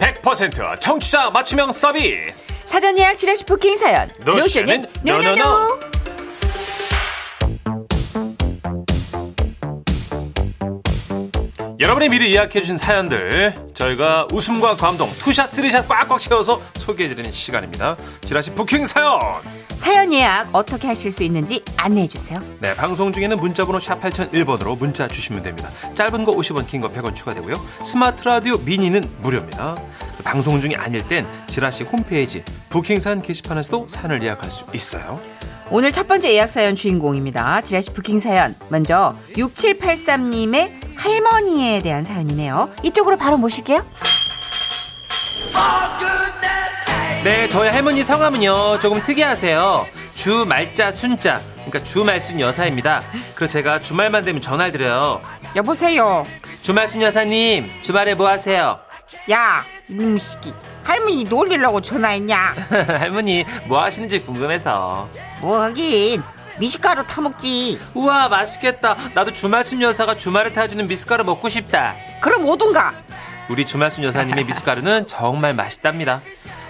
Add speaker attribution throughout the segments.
Speaker 1: 100% 청취자 맞춤형 서비스
Speaker 2: 사전 예약 지라시 부킹 사연 노션은
Speaker 1: 노션은
Speaker 2: 노노노
Speaker 1: 노노노. 여러분이 미리 예약해주신 사연들 저희가 웃음과 감동 투샷 쓰리샷 꽉꽉 채워서 소개해드리는 시간입니다 지라시 부킹 사연
Speaker 2: 사연 예약 어떻게 하실 수 있는지 안내해 주세요.
Speaker 1: 네 방송 중에는 문자번호 샵 8001번으로 문자 주시면 됩니다 짧은 거 50원 긴 거 100원 추가되고요 스마트 라디오 미니는 무료입니다 방송 중이 아닐 땐 지라시 홈페이지 부킹 사연 게시판에서도 사연을 예약할 수 있어요
Speaker 2: 오늘 첫 번째 예약 사연 주인공입니다. 지라시 부킹 사연. 먼저 6783님의 할머니에 대한 사연이네요. 이쪽으로 바로 모실게요.
Speaker 1: 네, 저희 할머니 성함은요 조금 특이하세요. 주 말자 순자, 그러니까 주말순 여사입니다. 그래서 제가 주말만 되면 전화를 드려요.
Speaker 2: 여보세요.
Speaker 1: 주말순 여사님, 주말에 뭐 하세요?
Speaker 2: 야, 음식이. 할머니 놀리려고 전화했냐?
Speaker 1: 할머니 뭐 하시는지 궁금해서.
Speaker 2: 뭐긴 미식가루 타먹지.
Speaker 1: 우와 맛있겠다. 나도 주말순 여사가 주말에 타주는 미숫가루 먹고 싶다.
Speaker 2: 그럼 오든가.
Speaker 1: 우리 주말순 여사님의 미숫가루는 정말 맛있답니다.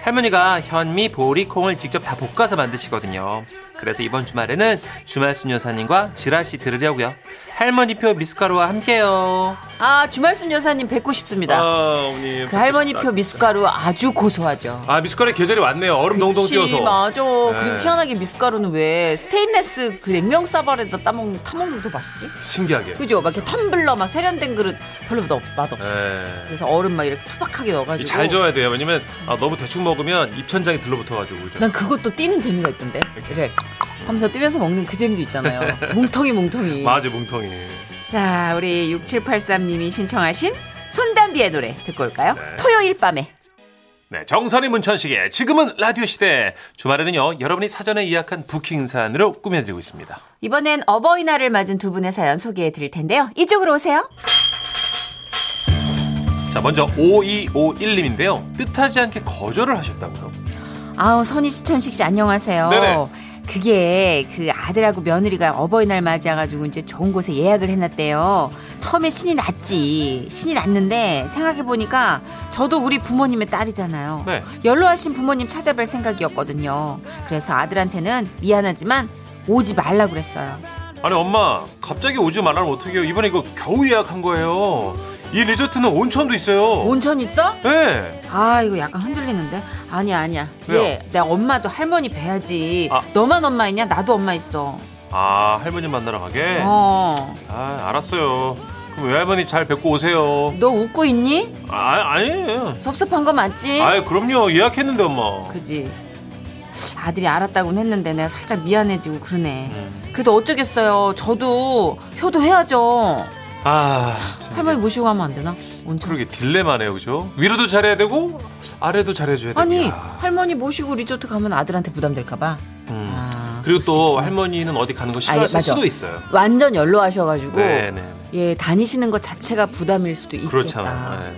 Speaker 1: 할머니가 현미, 보리, 콩을 직접 다 볶아서 만드시거든요. 그래서 이번 주말에는 주말순 여사님과 지라시 들으려고요. 할머니표 미숫가루와 함께요.
Speaker 2: 아 주말순 여사님 뵙고 싶습니다.
Speaker 1: 아, 어머니.
Speaker 2: 그 할머니표 미숫가루 아주 고소하죠.
Speaker 1: 아 미숫가루 계절이 왔네요. 얼음 동동
Speaker 2: 그치, 뭐.
Speaker 1: 띄어서.
Speaker 2: 맞아. 그리고
Speaker 1: 네.
Speaker 2: 희한하게 미숫가루는 왜 스테인레스 그 냉면 사발에다 따먹 타먹는 게 더 맛있지?
Speaker 1: 신기하게.
Speaker 2: 그죠? 막 이렇게 텀블러 막 세련된 그릇 별로 맛 없- 맛 없어.
Speaker 1: 예.
Speaker 2: 그래서 얼음 막 이렇게 투박하게 넣어가지고.
Speaker 1: 잘 저어야 돼요. 왜냐면 아, 너무 대충 먹으면 입천장이 들러붙어가지고 그죠.
Speaker 2: 난 그것도 뛰는 재미가 있던데. 이래 하면서 뛰면서 먹는 그 재미도 있잖아요. 뭉텅이 뭉텅이.
Speaker 1: 맞아 뭉텅이.
Speaker 2: 자, 우리 6783님이 신청하신 손담비의 노래 듣고 올까요? 토요일 밤에.
Speaker 1: 네, 정선이 문천식의 지금은 라디오 시대. 주말에는요 여러분이 사전에 예약한 부킹 사안으로 꾸며드리고 있습니다.
Speaker 2: 이번엔 어버이날을 맞은 두 분의 사연 소개해 드릴 텐데요. 이쪽으로 오세요.
Speaker 1: 자 먼저 5251님인데요 뜻하지 않게 거절을 하셨다고요.
Speaker 2: 아우 선희 씨, 천식 씨 안녕하세요.
Speaker 1: 네네.
Speaker 2: 그게 그 아들하고 며느리가 어버이날 맞이해가지고 이제 좋은 곳에 예약을 해놨대요. 처음에 신이 났지. 신이 났는데 생각해 보니까 저도 우리 부모님의 딸이잖아요.
Speaker 1: 네.
Speaker 2: 연로하신 부모님 찾아뵐 생각이었거든요. 그래서 아들한테는 미안하지만 오지 말라 그랬어요.
Speaker 1: 아니 엄마 갑자기 오지 말라면 어떡해요 이번에 이거 겨우 예약한 거예요. 이 리조트는 온천도 있어요.
Speaker 2: 온천 있어?
Speaker 1: 네.
Speaker 2: 아 이거 약간 흔들리는데 아니야 아니야
Speaker 1: 왜요?
Speaker 2: 얘, 내 엄마도 할머니 뵈야지
Speaker 1: 아.
Speaker 2: 너만 엄마 있냐 나도 엄마 있어
Speaker 1: 아 할머니 만나러 가게.
Speaker 2: 어.
Speaker 1: 아 알았어요. 그럼 외할머니 잘 뵙고 오세요.
Speaker 2: 너 웃고 있니?
Speaker 1: 아 아니에요.
Speaker 2: 섭섭한 거 맞지?
Speaker 1: 아 그럼요 예약했는데 엄마.
Speaker 2: 그지. 아들이 알았다고는 했는데 내가 살짝 미안해지고 그러네.
Speaker 1: 음.
Speaker 2: 그래도 어쩌겠어요. 저도 효도해야죠.
Speaker 1: 아 참.
Speaker 2: 할머니 모시고 가면 안 되나? 온천.
Speaker 1: 그러게 딜레마네요 그죠? 위로도 잘해야 되고 아래도 잘해줘야 돼.
Speaker 2: 아니 할머니 모시고 리조트 가면 아들한테 부담될까봐. 아,
Speaker 1: 음. 그리고 또 할머니는 어디 가는 거 싫어하실
Speaker 2: 맞아.
Speaker 1: 수도 있어요.
Speaker 2: 완전 연로하셔가지고
Speaker 1: 네네.
Speaker 2: 예 다니시는 것 자체가 부담일 수도 있겠다.
Speaker 1: 그렇잖아요. 네.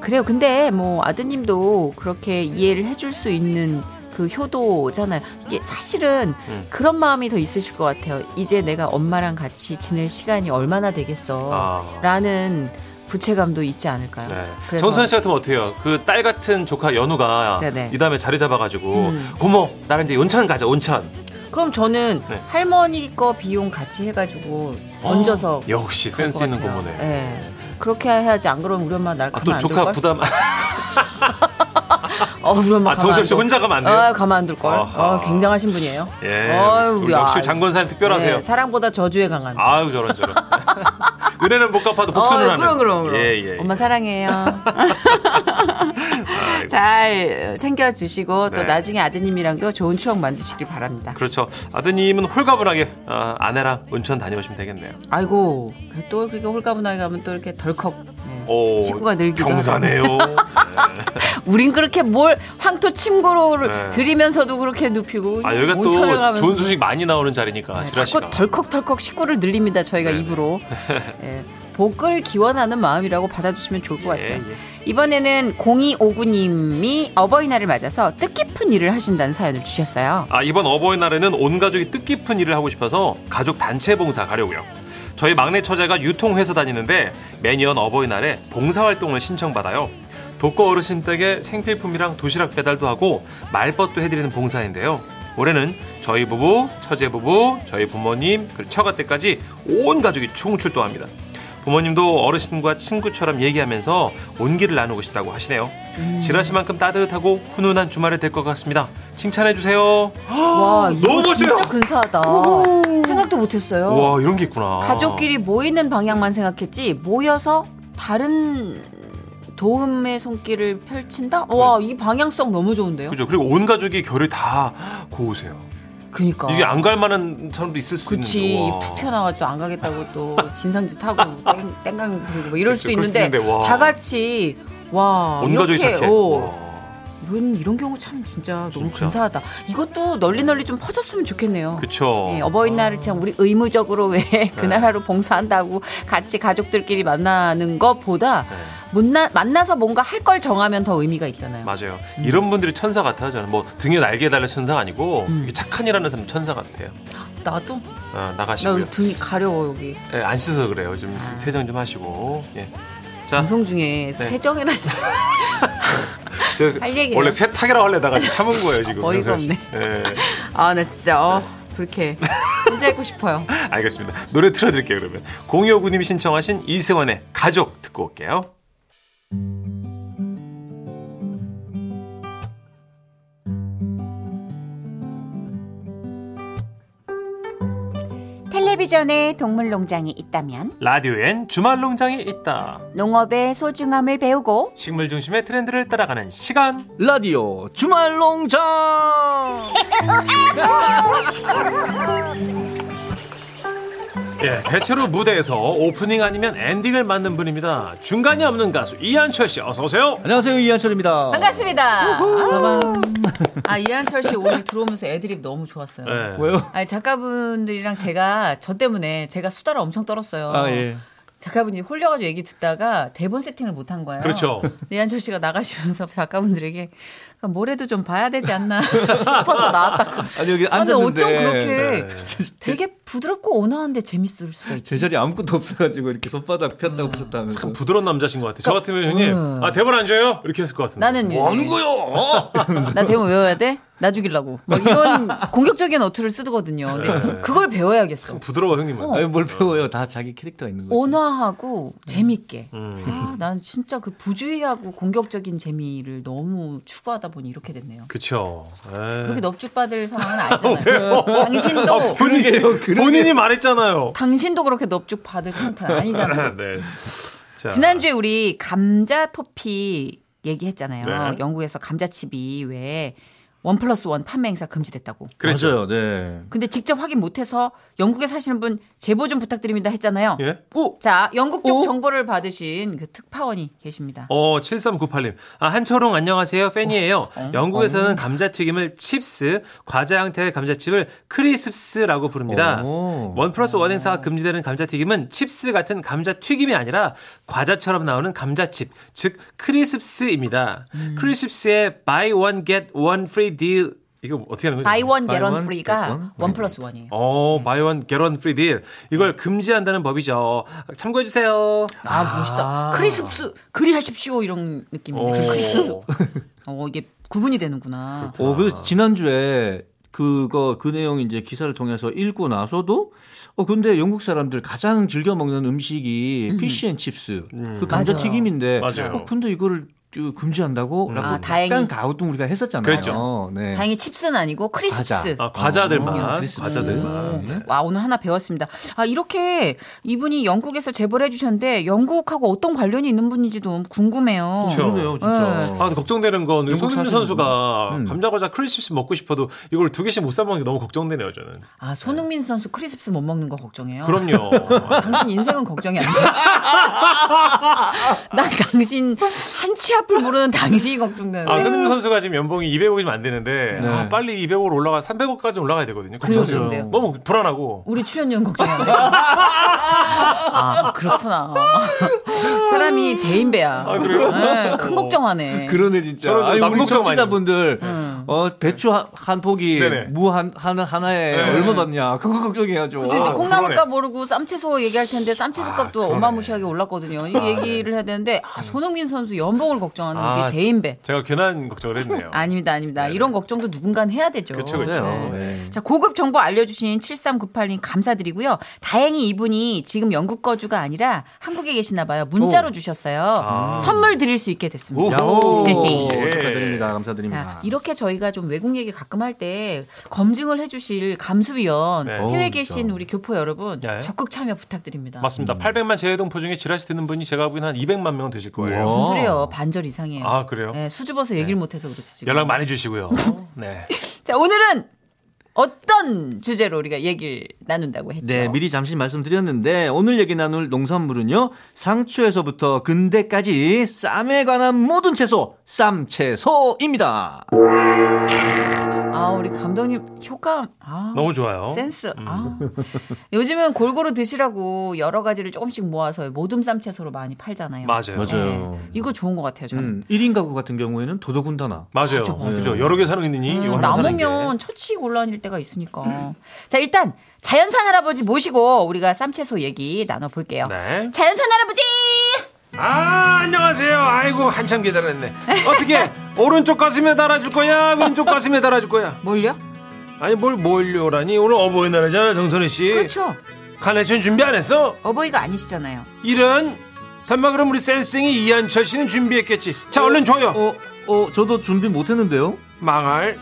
Speaker 2: 그래요. 근데 뭐 아드님도 그렇게 이해를 해줄 수 있는 그 효도잖아요. 이게 사실은
Speaker 1: 음.
Speaker 2: 그런 마음이 더 있으실 것 같아요. 이제 내가 엄마랑 같이 지낼 시간이 얼마나 되겠어.
Speaker 1: 아.
Speaker 2: 라는 부채감도 있지 않을까요?
Speaker 1: 네.
Speaker 2: 그래서
Speaker 1: 정선 씨 같으면 어때요? 그 딸 같은 조카 연우가
Speaker 2: 네네.
Speaker 1: 이 다음에 자리 잡아가지고
Speaker 2: 음.
Speaker 1: 고모 나랑 이제 온천 가자 온천
Speaker 2: 그럼 저는
Speaker 1: 네.
Speaker 2: 할머니 거 비용 같이 해가지고 얹어서
Speaker 1: 어, 역시
Speaker 2: 갈것
Speaker 1: 센스 있는
Speaker 2: 같아요.
Speaker 1: 고모네.
Speaker 2: 네. 그렇게 해야지 안 그러면 우리 엄마 날
Speaker 1: 아, 또
Speaker 2: 가만
Speaker 1: 조카
Speaker 2: 안둘걸?
Speaker 1: 부담.
Speaker 2: 어, 우리 엄마
Speaker 1: 아 정선 씨
Speaker 2: 가만
Speaker 1: 혼자 가면 안 돼요.
Speaker 2: 아, 가만 안둘걸?
Speaker 1: 아하.
Speaker 2: 아, 굉장하신 분이에요.
Speaker 1: 예.
Speaker 2: 어휴,
Speaker 1: 우리
Speaker 2: 야.
Speaker 1: 역시 장건사님 특별하세요.
Speaker 2: 네, 사랑보다 저주에 강한.
Speaker 1: 아유 저런 저런. 은혜는 못 갚아도 복수는
Speaker 2: 어,
Speaker 1: 하는.
Speaker 2: 그럼 그럼 그럼.
Speaker 1: 예, 예, 예.
Speaker 2: 엄마 사랑해요. 잘 챙겨 주시고 또
Speaker 1: 네.
Speaker 2: 나중에 아드님이랑도 좋은 추억 만드시길 바랍니다.
Speaker 1: 그렇죠. 아드님은 홀가분하게 아, 아내랑 온천 다녀오시면 되겠네요.
Speaker 2: 아이고 또 그렇게 홀가분하게 가면 또 이렇게 덜컥 네.
Speaker 1: 오,
Speaker 2: 식구가 늘기도
Speaker 1: 경사네요. 네.
Speaker 2: 우린 그렇게 뭘 황토 침고를
Speaker 1: 네.
Speaker 2: 들이면서도 그렇게 눕히고
Speaker 1: 아 여기가 또
Speaker 2: 온천을 가면서
Speaker 1: 좋은 소식 많이 나오는 자리니까
Speaker 2: 네,
Speaker 1: 지라
Speaker 2: 자꾸
Speaker 1: 아, 씨가.
Speaker 2: 덜컥덜컥 식구를 늘립니다 저희가
Speaker 1: 네.
Speaker 2: 입으로 예, 복을 기원하는 마음이라고 받아주시면 좋을 것
Speaker 1: 예,
Speaker 2: 같아요
Speaker 1: 예.
Speaker 2: 이번에는 0259님이 어버이날을 맞아서 뜻깊은 일을 하신다는 사연을 주셨어요
Speaker 1: 아 이번 어버이날에는 온 가족이 뜻깊은 일을 하고 싶어서 가족 단체 봉사 가려고요. 저희 막내 처제가 유통회사 다니는데 매년 어버이날에 봉사활동을 신청받아요. 독거 어르신 댁에 생필품이랑 도시락 배달도 하고 말벗도 해드리는 봉사인데요. 올해는 저희 부부, 처제 부부, 저희 부모님, 그리고 처가 때까지 온 가족이 총출동합니다. 부모님도 어르신과 친구처럼 얘기하면서 온기를 나누고 싶다고 하시네요.
Speaker 2: 음.
Speaker 1: 지라시만큼 따뜻하고 훈훈한 주말이 될 것 같습니다. 칭찬해주세요.
Speaker 2: 어. 와, 아, 이거
Speaker 1: 너무 멋져요.
Speaker 2: 진짜 근사하다. 생각도 못했어요.
Speaker 1: 와, 이런 게 있구나.
Speaker 2: 가족끼리 모이는 방향만 생각했지 모여서 다른 도움의 손길을 펼친다? 와, 이 방향성 너무
Speaker 1: 네.
Speaker 2: 좋은데요?
Speaker 1: 그죠. 그리고 온 가족이 결을 다 고우세요.
Speaker 2: 그니까.
Speaker 1: 이게 안 갈 만한 사람도 있을 수
Speaker 2: 어. 그치.
Speaker 1: 있는데. 와.
Speaker 2: 툭 튀어나와도 안 가겠다고 또 진상짓 하고 땡, 땡강이 부리고 뭐 이럴
Speaker 1: 그치,
Speaker 2: 수도
Speaker 1: 그럴 수도
Speaker 2: 있는데
Speaker 1: 있는데, 와.
Speaker 2: 다 같이 와,
Speaker 1: 온
Speaker 2: 이렇게
Speaker 1: 가족이 착해.
Speaker 2: 어,
Speaker 1: 와.
Speaker 2: 이런 이런 경우 참 진짜 너무
Speaker 1: 진짜.
Speaker 2: 근사하다. 이것도 널리 널리 좀 퍼졌으면 좋겠네요.
Speaker 1: 그쵸. 네.
Speaker 2: 예, 어버이날을 참 우리 의무적으로 왜 그날 하루 봉사한다고 같이 가족들끼리 만나는 것보다
Speaker 1: 네.
Speaker 2: 못나, 만나서 뭔가 할 걸 정하면 더 의미가 있잖아요.
Speaker 1: 맞아요.
Speaker 2: 음.
Speaker 1: 이런 분들이 천사 같아요. 저는 뭐 등에 날개 달린 천사가 아니고
Speaker 2: 음.
Speaker 1: 이게 착한이라는 사람 천사 같아요.
Speaker 2: 나도
Speaker 1: 어,
Speaker 2: 나 아.
Speaker 1: 나가시고요.
Speaker 2: 오늘 등이 가려워 여기.
Speaker 1: 예, 안 씻어서 그래요. 좀 세정 좀 하시고. 예. 자,
Speaker 2: 방송
Speaker 1: 네.
Speaker 2: 중에 세정이라는
Speaker 1: 저
Speaker 2: 할 얘기예요.
Speaker 1: 원래 세탁이라고 하려다가 참은 거예요 지금.
Speaker 2: 어이가
Speaker 1: 명설 씨.
Speaker 2: 없네.
Speaker 1: 예,
Speaker 2: 아나 진짜 어, 불쾌. 혼자 있고 싶어요.
Speaker 1: 알겠습니다. 노래 틀어드릴게요 그러면. 공효구님이 신청하신 이승원의 가족 듣고 올게요.
Speaker 2: 텔레비전에 동물농장이 있다면
Speaker 1: 라디오엔 주말 농장이 있다.
Speaker 2: 농업의 소중함을 배우고
Speaker 1: 식물 중심의 트렌드를 따라가는 시간.
Speaker 3: 라디오 주말 농장
Speaker 1: 예, 대체로 무대에서 오프닝 아니면 엔딩을 맡는 분입니다. 중간이 없는 가수 이한철 씨 어서 오세요.
Speaker 3: 안녕하세요 이한철입니다
Speaker 2: 반갑습니다.
Speaker 3: 짜잔.
Speaker 2: 아 이한철 씨 오늘 들어오면서 애드립 너무 좋았어요.
Speaker 1: 예.
Speaker 3: 왜요
Speaker 2: 아니 작가분들이랑 제가 저 때문에 제가 수다를 엄청 떨었어요.
Speaker 3: 아예
Speaker 2: 작가분이 홀려가지고 얘기 듣다가 대본 세팅을 못 한 거예요.
Speaker 1: 그렇죠.
Speaker 2: 이한철 씨가 나가시면서 작가분들에게 그러니까 뭐래도 좀 봐야 되지 않나 싶어서 나왔다고.
Speaker 3: 아니 여기
Speaker 2: 근데
Speaker 3: 앉았는데
Speaker 2: 어쩜 그렇게
Speaker 1: 네.
Speaker 2: 되게 부드럽고 온화한데 재밌을 수가 있지.
Speaker 3: 제 자리 아무것도 없어가지고 이렇게 손바닥 폈다고
Speaker 2: 아,
Speaker 3: 부셨다면서
Speaker 1: 참 부드러운 남자신 것 같아요. 저 같으면 형님, 아 대본 안 줘요? 이렇게 했을 것 같은데.
Speaker 2: 그- 음. 나는 예,
Speaker 1: 원구요.
Speaker 2: 나 대본 외워야 돼? 나 죽이려고. 막 이런 공격적인 어투를 쓰거든요. 근데
Speaker 1: 네.
Speaker 2: 그걸 배워야겠어.
Speaker 1: 부드러워 형님은.
Speaker 3: 아니 뭘 배워요 다 자기 캐릭터가 있는
Speaker 2: 어,
Speaker 3: 거죠
Speaker 2: 온화하고 재밌게.
Speaker 1: 음.
Speaker 2: 아, 난 진짜 그 부주의하고 공격적인 재미를 너무 추구하다 보니 이렇게 됐네요.
Speaker 1: 그쵸. 예.
Speaker 2: 그렇게
Speaker 1: 에이.
Speaker 2: 넙죽받을 상황은
Speaker 1: 어,
Speaker 2: 아니잖아요. 그 당신도
Speaker 3: 그러게요
Speaker 1: 본인이 말했잖아요.
Speaker 2: 당신도 그렇게 넙죽받을 상태는 아니잖아요.
Speaker 1: 네. 자.
Speaker 2: 지난주에 우리 감자 토피 얘기했잖아요.
Speaker 1: 네.
Speaker 2: 영국에서 감자칩이 왜원 플러스 원 판매 행사 금지됐다고.
Speaker 1: 그랬죠.
Speaker 3: 맞아요 네
Speaker 2: 근데 직접 확인 못해서 영국에 사시는 분 제보 좀 부탁드립니다 했잖아요.
Speaker 1: 예?
Speaker 2: 오. 자, 영국 쪽
Speaker 1: 오.
Speaker 2: 정보를 받으신 그 특파원이 계십니다.
Speaker 1: 어, 7398님. 아, 한철웅 안녕하세요. 팬이에요.
Speaker 2: 어?
Speaker 1: 영국에서는 감자튀김을 칩스, 과자 형태의 감자칩을 크리스프스라고 부릅니다.
Speaker 3: 오.
Speaker 1: 원 플러스 원 행사가
Speaker 2: 아.
Speaker 1: 금지되는 감자튀김은 칩스 같은 감자튀김이 아니라 과자처럼 나오는 감자칩, 즉 크리스프스입니다.
Speaker 2: 음.
Speaker 1: 크리스프스의 buy one get one free deal 이거 어떻게 하는 거죠?
Speaker 2: 바이 원
Speaker 3: buy
Speaker 2: 게런
Speaker 3: one, get one?
Speaker 2: 프리가 원 플러스 원이에요.
Speaker 1: 어, buy one get one free deal. 이걸 금지한다는 법이죠. 참고해 주세요.
Speaker 2: 아, 멋있다. 크리스프스 그리하십시오 이런 느낌인데. 크리스프스. 어, 이게 구분이 되는구나.
Speaker 3: 어, 그래서 지난주에 그거 그 내용 이제 기사를 통해서 읽고 나서도 어 근데 영국 사람들 가장 즐겨 먹는 음식이 피시앤칩스 그 감자
Speaker 2: 맞아요.
Speaker 3: 튀김인데
Speaker 1: 음. 맞아요. 음.
Speaker 3: 어 근데 이거를 그 금지한다고 라고
Speaker 2: 아, 다행히.
Speaker 3: 약간 가우뚱 우리가 했었잖아요.
Speaker 1: 그랬죠.
Speaker 3: 네.
Speaker 2: 다행히 칩스는 아니고 크리스프스.
Speaker 1: 아, 과자들만.
Speaker 3: 어, 크리스프스.
Speaker 1: 과자들만. 네.
Speaker 2: 와 오늘 하나 배웠습니다. 아 이렇게 이분이 영국에서 제보를 해주셨는데 영국하고 어떤 관련이 있는 분인지도 궁금해요.
Speaker 1: 그쵸.
Speaker 3: 그러네요, 진짜.
Speaker 1: 아, 근데 걱정되는 건 우리
Speaker 3: 영국
Speaker 1: 손흥민
Speaker 3: 사실은
Speaker 1: 선수가
Speaker 3: 음.
Speaker 1: 감자과자 크리스프스 먹고 싶어도 이걸 두 개씩 못 사 먹는 게 너무 걱정되네요, 저는.
Speaker 2: 아 손흥민 선수 크리스프스 못 먹는 거 걱정해요.
Speaker 1: 그럼요.
Speaker 2: 당신 인생은 걱정이 안 돼. 난 당신 한 치 앞을 모르는 당신이 걱정되는데.
Speaker 1: 아, 손흥민 선수가 지금 연봉이 200억이 안 되는데
Speaker 3: 네.
Speaker 1: 아, 빨리 200억으로 올라가 300억까지 올라가야 되거든요.
Speaker 2: 그렇죠.
Speaker 1: 걱정돼요. 너무 불안하고.
Speaker 2: 우리 출연료는 걱정이 안 돼. 아 그렇구나. 사람이 대인배야.
Speaker 1: 그래요?
Speaker 4: 아,
Speaker 2: 네, 큰 걱정하네.
Speaker 3: 아, 그러네 진짜.
Speaker 1: 저는
Speaker 4: 어,
Speaker 1: 좀
Speaker 3: 아니, 우리
Speaker 1: 남북정 많이
Speaker 3: 청취자분들
Speaker 2: 네.
Speaker 3: 어 배추 한, 한 포기
Speaker 4: 네네.
Speaker 3: 무 한 하나에
Speaker 4: 네.
Speaker 3: 얼마 받냐 그거 걱정해야죠.
Speaker 2: 그죠? 이제
Speaker 4: 아,
Speaker 2: 콩나물값
Speaker 4: 그러네. 아,
Speaker 2: 모르고 쌈채소 얘기할 텐데 쌈채소 값도 어마무시하게 올랐거든요. 이
Speaker 4: 네.
Speaker 2: 얘기를 해야 되는데
Speaker 4: 음.
Speaker 2: 아, 손흥민 선수 연봉을 걱정하는
Speaker 1: 아,
Speaker 2: 게 대인배.
Speaker 4: 제가 괜한 걱정을 했네요.
Speaker 2: 아닙니다, 아닙니다. 이런 걱정도 누군가는 해야 되죠.
Speaker 4: 그쵸, 그쵸.
Speaker 3: 그래요.
Speaker 2: 네.
Speaker 3: 네.
Speaker 2: 자, 고급 정보 알려주신 7398님 감사드리고요. 다행히 이분이 지금 영국 거주가 아니라 한국에 계시나 봐요. 문자로 주셨어요.
Speaker 1: 아.
Speaker 2: 선물 드릴 수 있게 됐습니다.
Speaker 3: 야호
Speaker 4: 예.
Speaker 3: 축하드립니다.
Speaker 2: 자,
Speaker 3: 감사드립니다.
Speaker 2: 이렇게 저희가 좀 외국 얘기 가끔 할 때 검증을 해주실 감수위원
Speaker 1: 네.
Speaker 2: 해외에
Speaker 3: 어우,
Speaker 2: 계신
Speaker 3: 진짜.
Speaker 2: 우리 교포 여러분
Speaker 1: 네.
Speaker 2: 적극 참여 부탁드립니다.
Speaker 3: 음.
Speaker 4: 맞습니다. 800만 재외동포 중에 지라시 듣는 분이 제가 보기엔 한 200만 명은 되실 거예요.
Speaker 3: 우와.
Speaker 2: 무슨 소리예요? 반절 이상이에요.
Speaker 4: 아, 그래요?
Speaker 2: 네, 어. 수줍어서 얘기를 못해서 그렇지 지금.
Speaker 1: 연락 많이 주시고요. 네.
Speaker 2: 자 오늘은 어떤 주제로 우리가 얘기를 나눈다고 했죠?
Speaker 3: 네, 미리 잠시 말씀드렸는데 오늘 얘기 나눌 농산물은요. 상추에서부터 근대까지 쌈에 관한 모든 채소, 쌈채소입니다.
Speaker 2: 아 우리 감독님 효감 아,
Speaker 1: 너무 좋아요.
Speaker 2: 센스 아 요즘은 골고루 드시라고 여러 가지를 조금씩 모아서 모둠 쌈채소로 많이 팔잖아요.
Speaker 1: 맞아요.
Speaker 3: 맞아요.
Speaker 2: 네, 이거 좋은 것 같아요. 저는.
Speaker 3: 음, 1인 가구 같은 경우에는 도더군다나.
Speaker 1: 맞아요. 그죠? 여러 개 사는 게 있느니 이거
Speaker 2: 음,
Speaker 1: 하나 사는 게.
Speaker 2: 남으면 처치 곤란일 때가 있으니까. 자, 일단 자연산 할아버지 모시고 우리가 쌈채소 얘기 나눠볼게요.
Speaker 1: 네.
Speaker 2: 자연산 할아버지!
Speaker 1: 아 안녕하세요. 아이고 한참 기다렸네. 어떻게 오른쪽 가슴에 달아줄 거야? 왼쪽 가슴에 달아줄 거야?
Speaker 2: 뭘요?
Speaker 1: 아니 뭘 몰려라니 오늘 어버이날이잖아 정선희 씨.
Speaker 2: 그렇죠.
Speaker 1: 카네이션 준비 안 했어?
Speaker 2: 어버이가 아니시잖아요. 네,
Speaker 1: 이런 설마 그럼 우리 센스쟁이 이한철 씨는 준비했겠지. 자 얼른 줘요.
Speaker 3: 어, 어, 저도 준비 못 했는데요.
Speaker 1: 망할.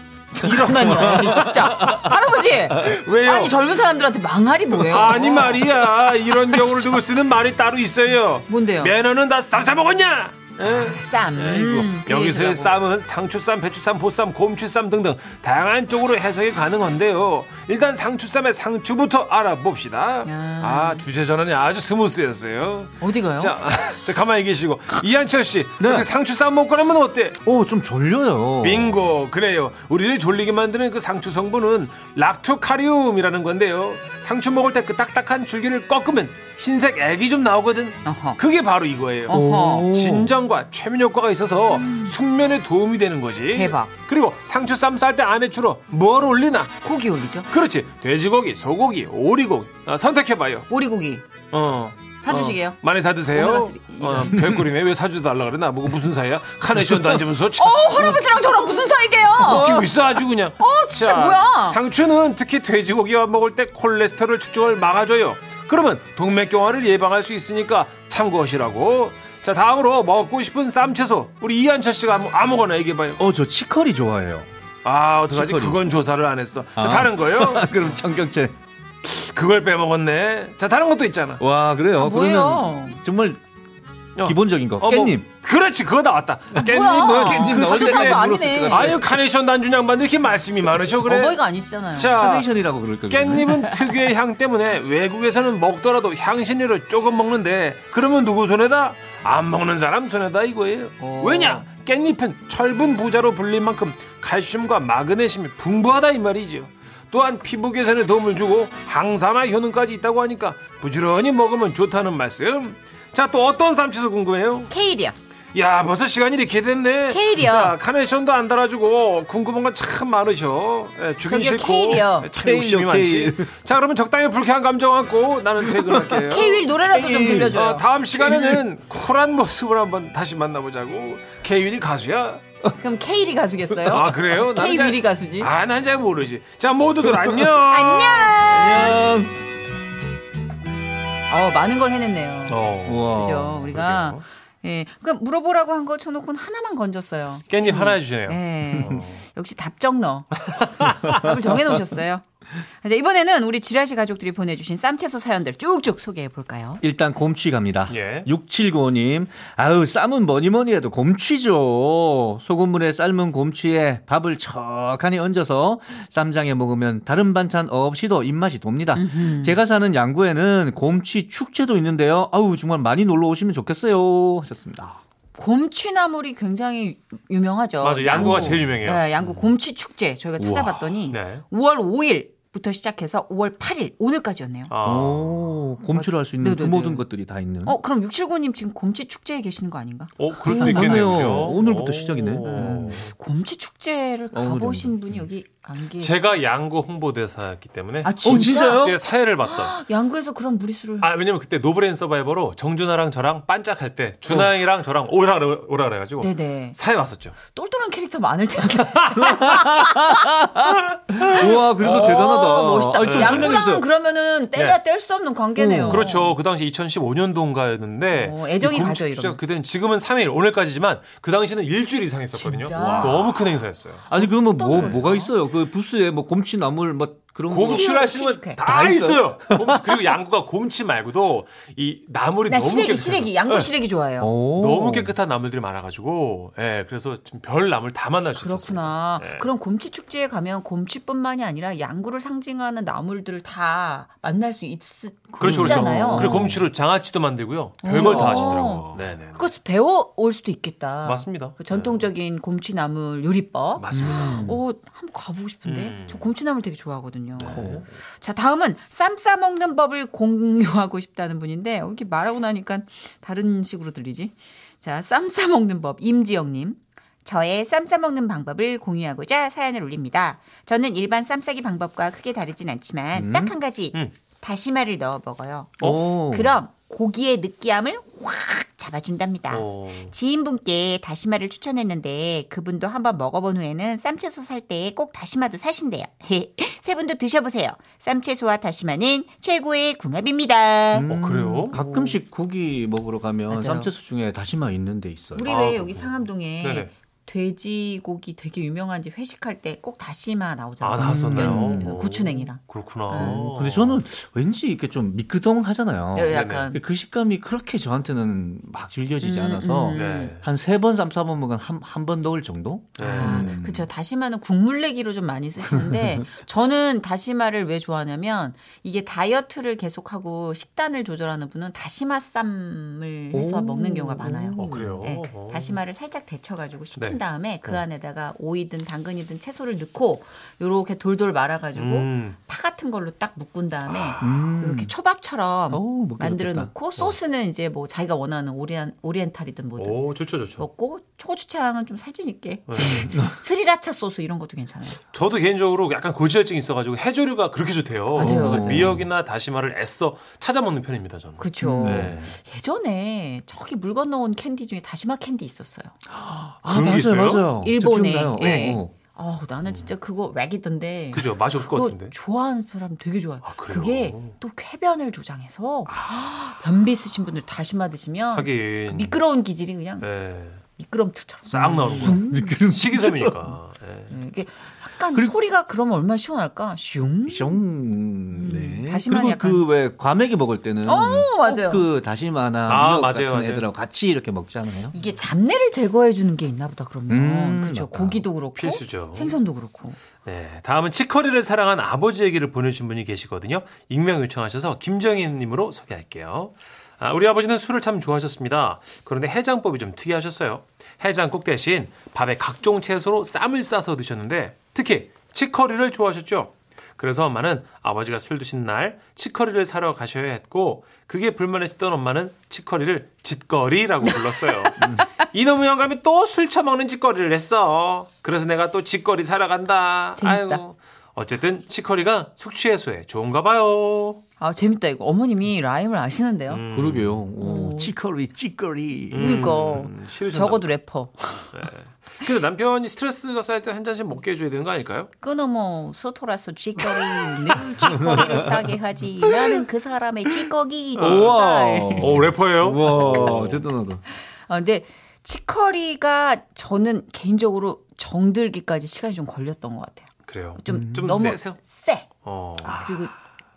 Speaker 2: 아니, 진짜. 할아버지!
Speaker 1: 왜요?
Speaker 2: 아니, 젊은 사람들한테 망할이 뭐예요?
Speaker 1: 아니 말이야 이런 경우를 두고 쓰는 말이 따로 있어요.
Speaker 2: 뭔데요?
Speaker 1: 매너는 다 쌈 싸 먹었냐?
Speaker 2: 쌈.
Speaker 1: 네.
Speaker 2: 음, 그
Speaker 1: 여기서의
Speaker 2: 얘기더라고.
Speaker 1: 쌈은 상추쌈, 배추쌈, 보쌈, 곰추쌈 등등 다양한 쪽으로 해석이 가능한데요. 일단 상추쌈의 상추부터 알아봅시다.
Speaker 2: 아.
Speaker 1: 아, 주제 전환이 아주 스무스였어요.
Speaker 2: 어디 네. 가요?
Speaker 1: 자, 자 가만히 계시고 이한철 씨, 어떻게 상추쌈 먹고 나면 어때?
Speaker 3: 어, 좀 졸려요.
Speaker 1: 빙고 그래요 우리를 졸리게 만드는 그 상추 성분은 락토카리움이라는 건데요 상추 먹을 때 그 딱딱한 줄기를 꺾으면 흰색 액이 좀 나오거든
Speaker 2: 어허.
Speaker 1: 그게 바로 이거예요
Speaker 2: 어허.
Speaker 1: 진정과 최면 효과가 있어서 숙면에 도움이 되는 거지
Speaker 2: 대박.
Speaker 1: 그리고 상추 쌈 쌀 때 안에 주로 뭘 올리나
Speaker 2: 고기 올리죠?
Speaker 1: 그렇지 돼지고기 소고기 오리고기 아, 선택해봐요
Speaker 2: 오리고기.
Speaker 1: 어.
Speaker 2: 사주시게요?
Speaker 1: 어, 많이 사드세요.
Speaker 2: 오메가 쓰리.
Speaker 1: 어, 별꼴이네. 왜 사주달라 그래? 나보고 무슨 사이야? 카네이션도 안 주면서
Speaker 2: 어, 할아버지랑 저랑 무슨 사이게요?
Speaker 1: 웃기고 있어 아주 그냥.
Speaker 2: 어, 진짜 뭐야?
Speaker 1: 상추는 특히 돼지고기와 먹을 때 콜레스테롤 축적을 막아줘요. 그러면 동맥경화를 예방할 수 있으니까 참고하시라고. 자 다음으로 먹고 싶은 쌈채소 우리 이한철 씨가 아무- 아무거나 얘기해봐요.
Speaker 3: 어, 저 치커리 좋아해요.
Speaker 1: 아 어떡하지?
Speaker 3: 치커리.
Speaker 1: 그건 조사를 안 했어. 자
Speaker 3: 아.
Speaker 1: 다른 거요?
Speaker 3: 그럼 청경채.
Speaker 1: 그걸 빼먹었네. 자 다른 것도 있잖아.
Speaker 3: 와, 그래요.
Speaker 2: 뭐예요?
Speaker 3: 그러면 정말
Speaker 1: 어.
Speaker 3: 기본적인 거.
Speaker 1: 어, 뭐-
Speaker 3: 깻잎.
Speaker 1: 그렇지 그거 나왔다.
Speaker 2: 뭐야?
Speaker 1: 깻잎은
Speaker 2: 깻잎
Speaker 1: 그
Speaker 2: 나올
Speaker 1: 중에
Speaker 2: 때는 아니네.
Speaker 1: 물었을 거야. 아유 카네이션 단준 양반들 이렇게 말씀이 많으셔 그래.
Speaker 2: 어버이가 아니시잖아요.
Speaker 1: 자
Speaker 3: 카네이션이라고 그럴까? 그러면.
Speaker 1: 깻잎은 특유의 향 때문에 외국에서는 먹더라도 향신료를 조금 먹는데 그러면 누구 손에다? 안 먹는 사람 손에다 이거예요.
Speaker 2: 어.
Speaker 1: 왜냐? 깻잎은 철분 부자로 불릴 만큼 칼슘과 마그네슘이 풍부하다 이 말이죠. 또한 피부 개선에 도움을 주고 항산화 효능까지 있다고 하니까 부지런히 먹으면 좋다는 말씀. 자 또 어떤 쌈채소 궁금해요?
Speaker 2: 케일이요.
Speaker 1: 야 벌써 시간이 이렇게 됐네.
Speaker 2: 케일이요.
Speaker 1: 자 카네이션도 안 달아주고 궁금한 건 참 많으셔. 예, 주긴
Speaker 2: 저기요,
Speaker 1: 싫고.
Speaker 2: 케일이요.
Speaker 1: 예, 참
Speaker 3: 케일이요,
Speaker 1: 욕심이
Speaker 3: 케일.
Speaker 1: 많지. 자 그러면 적당히 불쾌한 감정 안고 나는 퇴근할게요.
Speaker 2: 케이윌 노래라도 좀
Speaker 3: 케일.
Speaker 2: 들려줘요.
Speaker 1: 어, 다음 시간에는 쿨한 모습을 한번 다시 만나보자고. 케이윌이 가수야?
Speaker 2: 그럼 케일이 가수겠어요?
Speaker 1: 아 그래요? 나는 잘-
Speaker 2: 케이윌이 가수지.
Speaker 1: 아, 난 잘 모르지. 자 모두들 안녕.
Speaker 2: 안녕.
Speaker 3: 안녕.
Speaker 2: 어 많은 걸 해냈네요.
Speaker 1: 어.
Speaker 3: 우와.
Speaker 2: 그죠? 우리가 예, 그러니까 물어보라고 한 거 쳐놓고 하나만 건졌어요.
Speaker 1: 깻잎 하나 해주네요.
Speaker 2: 예, 역시 답정너 답을 정해놓으셨어요. 이제 이번에는 우리 지라시 가족들이 보내주신 쌈채소 사연들 쭉쭉 소개해 볼까요?
Speaker 3: 일단 곰취 갑니다.
Speaker 1: 예.
Speaker 3: 6795님, 아우, 쌈은 뭐니 뭐니 해도 곰취죠. 소금물에 삶은 곰취에 밥을 척하니 얹어서 쌈장에 먹으면 다른 반찬 없이도 입맛이 돕니다. 제가 사는 양구에는 곰취 축제도 있는데요. 아우, 정말 많이 놀러 오시면 좋겠어요. 하셨습니다.
Speaker 2: 곰취나물이 굉장히 유명하죠.
Speaker 1: 어,
Speaker 2: 네.
Speaker 1: 맞아요. 양구가 제일 유명해요.
Speaker 2: 예, 양구 곰취 축제 저희가 찾아봤더니
Speaker 1: 네.
Speaker 2: 5월 5일 부터 시작해서 5월 8일 오늘까지였네요.
Speaker 1: 아,
Speaker 3: 오, 곰치로 할 수 있는 그
Speaker 2: 아, 네네네.
Speaker 3: 모든 것들이 다 있는.
Speaker 2: 어 그럼 679님 지금 곰치 축제에 계시는 거 아닌가?
Speaker 1: 어, 그럴 수도
Speaker 3: 음,
Speaker 1: 있겠네요.
Speaker 3: 맞네요.
Speaker 1: 그죠?
Speaker 3: 오늘부터
Speaker 1: 오.
Speaker 3: 시작이네.
Speaker 2: 음. 곰치 축제를
Speaker 3: 오늘은.
Speaker 2: 가보신 분이 여기 안 계시.
Speaker 1: 제가 양구 홍보대사였기 때문에 어,
Speaker 2: 아 진짜?
Speaker 3: 진짜요?
Speaker 1: 국제 사회를 봤던.
Speaker 2: 양구에서 그런 무리수를.
Speaker 1: 아 왜냐면 그때 노브레인 서바이버로 정준하랑 저랑 반짝할 때 준하 형이랑 저랑 오라 그래- 오라 그래가지고
Speaker 2: 어. 네네.
Speaker 1: 사회 봤었죠.
Speaker 2: 똘똘한 캐릭터 많을 텐데.
Speaker 3: 우와, 그래도 아, 대단하다.
Speaker 2: 어, 멋있다.
Speaker 3: 아니, 좀 설명해주세요.
Speaker 2: 양구랑 그러면은 때려
Speaker 1: 네.
Speaker 2: 뗄 수 없는 관계네요.
Speaker 1: 그렇죠. 그 당시 2015년도인가였는데
Speaker 2: 어, 애정이 가죠, 이런 거.
Speaker 1: 그때는 지금은 3일 오늘까지지만 그 당시는 일주일 이상 했었거든요.
Speaker 2: 진짜? 와.
Speaker 1: 너무 큰 행사였어요.
Speaker 3: 아니, 그러면 뭐,
Speaker 2: 떠오르네요.
Speaker 3: 뭐가 있어요? 그 부스에 뭐 곰치 나물, 뭐 그런 거.
Speaker 2: 곰치-
Speaker 1: 곰치라시면
Speaker 2: 시식회.
Speaker 1: 다,
Speaker 3: 다
Speaker 1: 있어요. 곰치- 그리고 양구가 곰치 말고도 이 나물이
Speaker 2: 나
Speaker 1: 너무
Speaker 2: 네, 시래기
Speaker 1: 깨끗해서.
Speaker 2: 시래기 양구
Speaker 1: 네.
Speaker 2: 시래기 좋아해요.
Speaker 3: 오.
Speaker 1: 너무 깨끗한 나물들이 많아가지고, 예, 그래서 지금 별 나물 다 만날 수 있었어요.
Speaker 2: 그렇구나.
Speaker 1: 네.
Speaker 2: 그럼 곰치 축제에 가면 곰치뿐만이 아니라 양구를 상징하는 나물들을 다 만날 수 있,
Speaker 1: 그렇죠, 그렇죠.
Speaker 2: 있잖아요.
Speaker 1: 그리고
Speaker 3: 음.
Speaker 1: 곰치로 장아찌도 만들고요. 별걸 다
Speaker 2: 오.
Speaker 1: 하시더라고요. 네네.
Speaker 2: 그것 배워 올 수도 있겠다.
Speaker 1: 맞습니다. 네.
Speaker 2: 그 음. 전통적인 곰치 나물 요리법.
Speaker 1: 맞습니다.
Speaker 2: 오, 한번 가보고 싶은데.
Speaker 1: 음. 어.
Speaker 2: 저 곰치나물 되게 좋아하거든요. 자, 다음은 쌈 싸먹는 법을 공유하고 싶다는 분인데, 어, 이렇게 말하고 나니까 다른 식으로 들리지? 자, 쌈 싸먹는 법, 임지영님. 저의 쌈 싸먹는 방법을 공유하고자 사연을 올립니다. 저는 일반 쌈 싸기 방법과 크게 다르진 않지만, 딱 한 가지.
Speaker 1: 음.
Speaker 2: 다시마를 넣어 먹어요.
Speaker 3: 오.
Speaker 2: 그럼 고기의 느끼함을 확 잡아준답니다.
Speaker 1: 어,
Speaker 2: 지인분께 다시마를 추천했는데 그분도 한번 먹어본 후에는 쌈채소 살 때 꼭 다시마도 사신대요. 세 분도 드셔보세요. 쌈채소와 다시마는 최고의 궁합입니다.
Speaker 1: 어, 그래요?
Speaker 3: 음. 가끔씩 고기 먹으러 가면
Speaker 2: 맞아요.
Speaker 3: 쌈채소 중에 다시마 있는 데 있어요.
Speaker 2: 우리
Speaker 1: 아,
Speaker 2: 왜
Speaker 1: 그렇구나.
Speaker 2: 여기 상암동에
Speaker 1: 네네.
Speaker 2: 돼지고기 되게 유명한 집 회식할 때 꼭 다시마 나오잖아요.
Speaker 1: 아, 나왔었나요?
Speaker 2: 면, 그 고추냉이랑. 아,
Speaker 1: 그렇구나.
Speaker 3: 음,
Speaker 1: 음.
Speaker 3: 근데 저는 왠지 이렇게 좀
Speaker 1: 어,
Speaker 3: 미끄덩하잖아요.
Speaker 2: 여- 예, 약간
Speaker 3: 그 식감이 그렇게 저한테는 막 질겨지지
Speaker 2: 음,
Speaker 3: 않아서
Speaker 2: 음.
Speaker 1: 네.
Speaker 3: 한 세 번 쌈싸 먹으면 한한 번 넣을 정도?
Speaker 1: 네.
Speaker 2: 아, 그렇죠. 다시마는 국물 내기로 좀 많이 쓰시는데 저는 다시마를 왜 좋아하냐면 이게 다이어트를 계속하고 식단을 조절하는 분은 다시마 쌈을 해서
Speaker 3: 오.
Speaker 2: 먹는 경우가 많아요.
Speaker 1: 어, 그래요?
Speaker 2: 네,
Speaker 1: 어.
Speaker 2: 다시마를 살짝 데쳐가지고 식힌
Speaker 1: 네.
Speaker 2: 다음에 그 안에다가 오이든 당근이든 채소를 넣고 요렇게 돌돌 말아가지고
Speaker 1: 음. 아,
Speaker 2: 파 같은 걸로 딱 묶은 다음에
Speaker 3: 음.
Speaker 2: 이렇게 초밥처럼
Speaker 3: 어우, 먹기
Speaker 2: 아, 만들어
Speaker 3: 좋겠다.
Speaker 2: 놓고 소스는 이제 뭐 자기가 원하는 오리엔, 오리엔탈이든 뭐든
Speaker 1: 오, 그렇죠. 좋죠, 좋죠.
Speaker 2: 먹고 초고추장은 좀 살찐 있게
Speaker 1: 네.
Speaker 2: 스리라차 소스 이런 것도 괜찮아요.
Speaker 1: 저도 개인적으로 약간 고지혈증이 있어가지고 해조류가 그렇게 좋대요.
Speaker 2: 맞아요,
Speaker 1: 그래서
Speaker 2: 맞아요.
Speaker 1: 미역이나 다시마를 애써 찾아 먹는 편입니다, 저는.
Speaker 2: 그렇죠.
Speaker 1: 네.
Speaker 2: 예전에 저기 물 건너온 캔디 중에 다시마 캔디 있었어요.
Speaker 3: 아,
Speaker 1: 그런 게
Speaker 3: 맞아요,
Speaker 1: 있어요?
Speaker 3: 맞아요. 저
Speaker 2: 일본에.
Speaker 3: 기억나요.
Speaker 2: 예.
Speaker 3: 어, 어.
Speaker 2: 아, 나는 진짜 그거 락이던데.
Speaker 1: 음. 그죠? 맛이 없을 것
Speaker 2: 그거
Speaker 1: 같은데.
Speaker 2: 좋아하는 사람 되게 좋아요.
Speaker 1: 아, 그래요?
Speaker 2: 그게 또 쾌변을 조장해서 변비 쓰신 분들 다시마 드시면
Speaker 1: 하긴.
Speaker 2: 그 미끄러운 기질이 그냥
Speaker 1: 예.
Speaker 2: 미끄럼틀처럼
Speaker 1: 싹 나오는구나.
Speaker 2: 음.
Speaker 3: 미끄럼.
Speaker 1: 식이섬유니까. 예.
Speaker 2: 네, 이게 약간 소리가 그러면 얼마나 시원할까? 슝.
Speaker 3: 정. 네.
Speaker 2: 음, 다시마는
Speaker 3: 그리고
Speaker 2: 약간-
Speaker 3: 그 왜 과메기 먹을 때는
Speaker 2: 어, 맞아요.
Speaker 3: 꼭그 다시마나
Speaker 1: 아, 맞아요,
Speaker 3: 미역 같은
Speaker 1: 맞아요.
Speaker 3: 애들하고 같이 이렇게 먹지 않아요?
Speaker 2: 이게 잡내를 제거해 주는 게 있나 보다 그러면.
Speaker 3: 음,
Speaker 2: 그렇죠.
Speaker 3: 맞다.
Speaker 2: 고기도 그렇고
Speaker 1: 필수죠.
Speaker 2: 생선도 그렇고.
Speaker 1: 네. 다음은 치커리를 사랑한 아버지 얘기를 보내주신 분이 계시거든요. 익명 요청하셔서 김정희님으로 소개할게요. 아, 우리 아버지는 술을 참 좋아하셨습니다. 그런데 해장법이 좀 특이하셨어요. 해장국 대신 밥에 각종 채소로 쌈을 싸서 드셨는데 특히 치커리를 좋아하셨죠. 그래서 엄마는 아버지가 술 드신 날 치커리를 사러 가셔야 했고 그게 불만했던 엄마는 치커리를 짓거리라고 불렀어요. 이놈의 영감이 또 술 처먹는 짓거리를 했어. 그래서 내가 또 짓거리 사러 간다.
Speaker 2: 재밌다.
Speaker 1: 아이고. 어쨌든 치커리가 숙취 해소에 좋은가 봐요.
Speaker 2: 아, 재밌다 이거. 어머님이 라임을 아시는데요.
Speaker 1: 음.
Speaker 3: 음. 그러게요. 오, 음. 찌꺼리, 찌꺼리.
Speaker 2: 그러니까
Speaker 1: 싫으셨나
Speaker 2: 적어도 래퍼
Speaker 1: 보다. 근데 남편이 스트레스가 쌓일 때 한 잔씩 먹게 해줘야 되는 거 아닐까요?
Speaker 2: 끊어모 소토라서 쥐거리 네. 늘 쥐거리를 싸게 하지 나는 그 사람의 쥐거기 내 스타일
Speaker 3: 어,
Speaker 1: 오 어, 래퍼예요?
Speaker 3: 와, 아, 대단하다.
Speaker 2: 아, 근데 치커리가 저는 개인적으로 정들기까지 시간이 좀 걸렸던 것 같아요
Speaker 1: 그래요.
Speaker 2: 좀,
Speaker 1: 좀
Speaker 2: 너무
Speaker 1: 세세요.
Speaker 2: 세
Speaker 1: 어.
Speaker 2: 그리고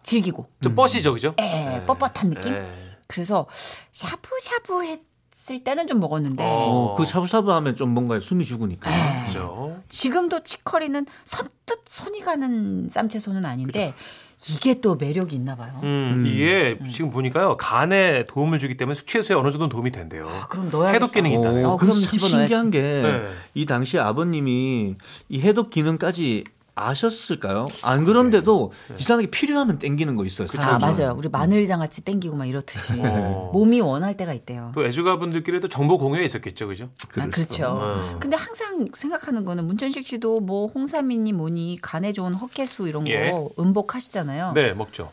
Speaker 2: 질기고
Speaker 1: 좀 뻗이죠, 네. 그죠?
Speaker 2: 에 예, 뻣뻣한 느낌
Speaker 1: 예.
Speaker 2: 그래서 샤브샤브 했을 때는 좀 먹었는데
Speaker 1: 어.
Speaker 3: 어, 그 샤브샤브 하면 좀 뭔가 숨이 죽으니까.
Speaker 2: 아, 네.
Speaker 1: 그죠?
Speaker 2: 지금도 치커리는 선뜻 손이 가는 쌈채소는 아닌데 이게 또 매력이 있나 봐요.
Speaker 1: 음, 이게 지금 보니까요 간에 도움을 주기 때문에 숙취 해소에 어느 정도 는 도움이 된대요.
Speaker 2: 아, 그럼 넣어야겠다.
Speaker 1: 해독 기능이 네. 있다네요.
Speaker 3: 어,
Speaker 2: 어,
Speaker 3: 그럼
Speaker 2: 그럼
Speaker 3: 참
Speaker 2: 집어넣어야지.
Speaker 3: 신기한 게,
Speaker 1: 네.
Speaker 3: 이 당시 아버님이 이 해독 기능까지 아셨을까요? 안 그런데도 이상하게 필요하면 땡기는 거 있어요.
Speaker 2: 아 맞아요. 우리 마늘장아찌 땡기고 막 이렇듯이
Speaker 1: 어.
Speaker 2: 몸이 원할 때가 있대요.
Speaker 1: 또 애주가분들끼리도 정보 공유에 있었겠죠, 그죠?
Speaker 2: 아, 그렇죠.
Speaker 1: 어.
Speaker 2: 근데 항상 생각하는 거는 문천식 씨도 뭐 홍삼이니 뭐니 간에 좋은 헛개수 이런 거
Speaker 1: 예.
Speaker 2: 음복하시잖아요.
Speaker 1: 네, 먹죠.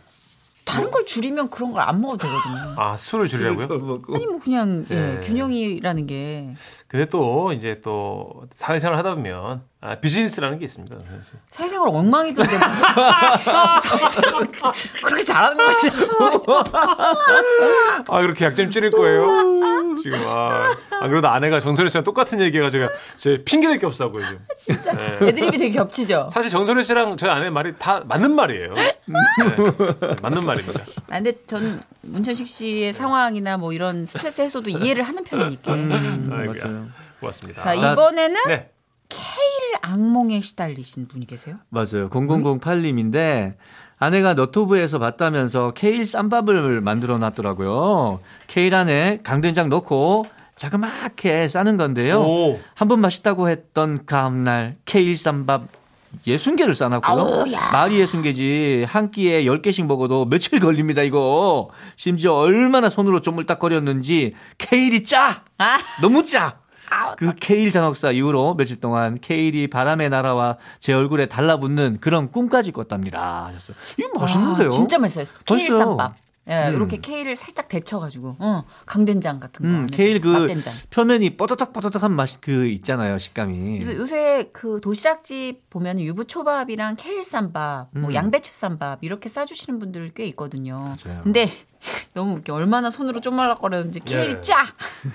Speaker 2: 다른 걸 줄이면 그런 걸 안 먹어도 되거든요.
Speaker 1: 아 술을 줄이려고요?
Speaker 2: 아니 뭐 그냥 예,
Speaker 1: 네.
Speaker 2: 균형이라는 게
Speaker 1: 근데 또 이제 또 사회생활 하다 보면 아, 비즈니스라는 게 있습니다. 그래서.
Speaker 2: 사회생활 엉망이던데 뭐. 사회생활 그렇게 잘하는 거지.
Speaker 1: 아 그렇게 약점 찌를 거예요? 지금 아, 아 그러다 아내가 정선혜 씨랑 똑같은 얘기가 제가 제 핑계될 게 없다고요 지금.
Speaker 2: 진짜
Speaker 1: 네.
Speaker 2: 애드립이 되게 겹치죠.
Speaker 1: 사실 정선혜 씨랑 저희 아내 말이 다 맞는 말이에요. 네. 네, 맞는 말입니다.
Speaker 2: 아, 근데 전 문천식 씨의 상황이나 뭐 이런 스트레스 해소도 이해를 하는 편이니까.
Speaker 1: 음. 아이고야.
Speaker 3: 맞아요.
Speaker 1: 고맙습니다.
Speaker 2: 자 이번에는
Speaker 1: 네.
Speaker 2: 케일 악몽에 시달리신 분이 계세요.
Speaker 3: 맞아요. 0008님인데 아내가 너튜브에서 봤다면서 케일 쌈밥을 만들어 놨더라고요. 케일 안에 강된장 넣고 자그맣게 싸는 건데요.
Speaker 1: 오.
Speaker 3: 한 번 맛있다고 했던 다음날 케일 쌈밥 60개를 싸놨고요.
Speaker 2: 아우, 야.
Speaker 3: 말이 60개지 한 끼에 10개씩 먹어도 며칠 걸립니다 이거. 심지어 얼마나 손으로 쪼물딱거렸는지 케일이 짜!
Speaker 2: 아.
Speaker 3: 너무 짜! 그 케일 잔혹사 이후로 며칠 동안 케일이 바람의 나라와 제 얼굴에 달라붙는 그런 꿈까지 꿨답니다. 하셨어요. 이거 맛있는데요?
Speaker 2: 아, 진짜 맛있어요. 케일
Speaker 3: 맛있어요.
Speaker 2: 쌈밥. 예, 이렇게 케일을 살짝 데쳐가지고, 어, 강된장 같은 거.
Speaker 3: 음,
Speaker 2: 안에
Speaker 3: 케일 그
Speaker 2: 맛된장.
Speaker 3: 표면이 뻐덕덕뻐덕한 맛이 그 있잖아요, 식감이.
Speaker 2: 그래서 요새 그 도시락집 보면 유부초밥이랑 케일 쌈밥, 뭐
Speaker 3: 음.
Speaker 2: 양배추 쌈밥 이렇게 싸주시는 분들 꽤 있거든요.
Speaker 3: 맞아요.
Speaker 2: 근데 너무 웃겨. 얼마나 손으로 쪼말락거렸는지
Speaker 3: 예.
Speaker 2: 케일이 짜!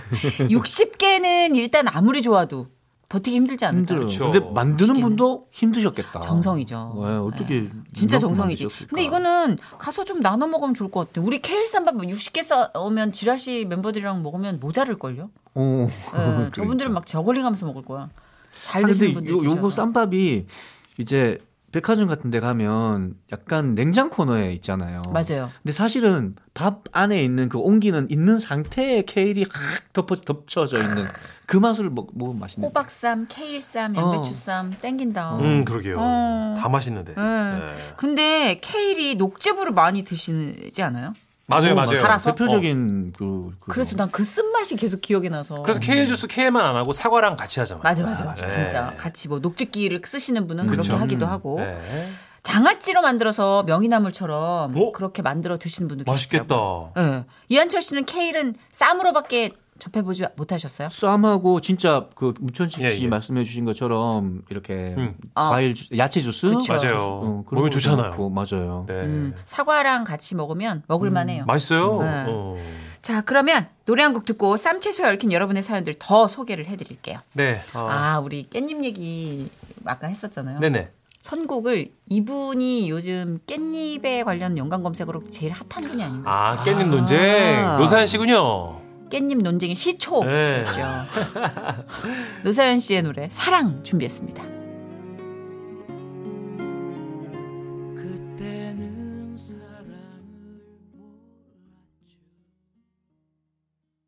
Speaker 2: 60개는 일단 아무리 좋아도 버티기 힘들지 않을까.
Speaker 3: 힘들어요.
Speaker 1: 그렇죠.
Speaker 3: 근데 만드는
Speaker 2: 맛있기는.
Speaker 3: 분도 힘드셨겠다.
Speaker 2: 정성이죠.
Speaker 3: 네, 어떻게
Speaker 2: 진짜
Speaker 3: 이만큼
Speaker 2: 정성이지.
Speaker 3: 만드셨을까?
Speaker 2: 근데 이거는 가서 좀 나눠 먹으면 좋을 것 같아. 우리 케일 쌈밥 뭐 60개 싸오면 지라시 멤버들이랑 먹으면 모자랄걸요?
Speaker 3: 오,
Speaker 2: 예, 저분들은 막 저걸링 하면서 먹을 거야. 잘
Speaker 3: 어. 그러니까. 아니,
Speaker 2: 드시는
Speaker 3: 근데
Speaker 2: 분들.
Speaker 3: 요, 요거 쌈밥이 이제 백화점 같은 데 가면 약간 냉장 코너에 있잖아요.
Speaker 2: 맞아요.
Speaker 3: 근데 사실은 밥 안에 있는 그 온기는 있는 상태에 케일이 확 덮어, 덮쳐져 있는 그 맛을 먹, 먹으면 맛있는
Speaker 2: 호박쌈, 케일쌈,
Speaker 3: 어.
Speaker 2: 양배추쌈 땡긴다.
Speaker 1: 음 그러게요.
Speaker 2: 어.
Speaker 1: 다 맛있는데.
Speaker 2: 네.
Speaker 1: 네.
Speaker 2: 근데 케일이 녹즙으로 많이 드시지 않아요?
Speaker 1: 네, 맞아요, 맞아요.
Speaker 2: 갈아서?
Speaker 3: 대표적인 그, 그
Speaker 2: 그래서 난 그 쓴맛이 계속 기억이 나서.
Speaker 1: 그래서 케일 주스 케일만 안 하고 사과랑 같이 하잖아요.
Speaker 2: 음. 맞아 맞아 맞아
Speaker 1: 네.
Speaker 2: 진짜 같이 뭐 녹즙기를 쓰시는 분은
Speaker 3: 그쵸. 음.
Speaker 2: 그렇게 하기도 하고
Speaker 1: 네.
Speaker 2: 장아찌로 만들어서 명이나물처럼
Speaker 1: 어?
Speaker 2: 그렇게 만들어 드시는 분도
Speaker 1: 맛있겠다.
Speaker 2: 계시더라고요. 예. 이한철 씨는 케일은 쌈으로밖에 접해보지 못하셨어요?
Speaker 3: 쌈하고 진짜 그 문천식 씨
Speaker 1: 예, 예.
Speaker 3: 말씀해 주신 것처럼 이렇게
Speaker 1: 음.
Speaker 2: 아.
Speaker 3: 과일 주, 야채 주스
Speaker 2: 그쵸.
Speaker 1: 맞아요.
Speaker 3: 어, 그런
Speaker 1: 몸에
Speaker 3: 것도
Speaker 1: 좋잖아요.
Speaker 3: 있고, 맞아요.
Speaker 1: 네.
Speaker 2: 음, 사과랑 같이 먹으면
Speaker 1: 음.
Speaker 2: 먹을만해요.
Speaker 1: 맛있어요.
Speaker 2: 네.
Speaker 1: 어.
Speaker 2: 자 그러면 노래 한 곡 듣고 쌈채소에 얽힌 여러분의 사연들 더 소개를 해드릴게요.
Speaker 1: 네. 어.
Speaker 2: 아 우리 깻잎 얘기 아까 했었잖아요.
Speaker 1: 네네.
Speaker 2: 선곡을 이분이 요즘 깻잎에 관련 연관 검색으로 제일 핫한 분이 아닌가 싶어요.
Speaker 1: 아 깻잎 논쟁 노사연 씨군요.
Speaker 2: 깻잎 논쟁의 시초였죠.
Speaker 1: 네.
Speaker 2: 노사연 씨의 노래 사랑 준비했습니다.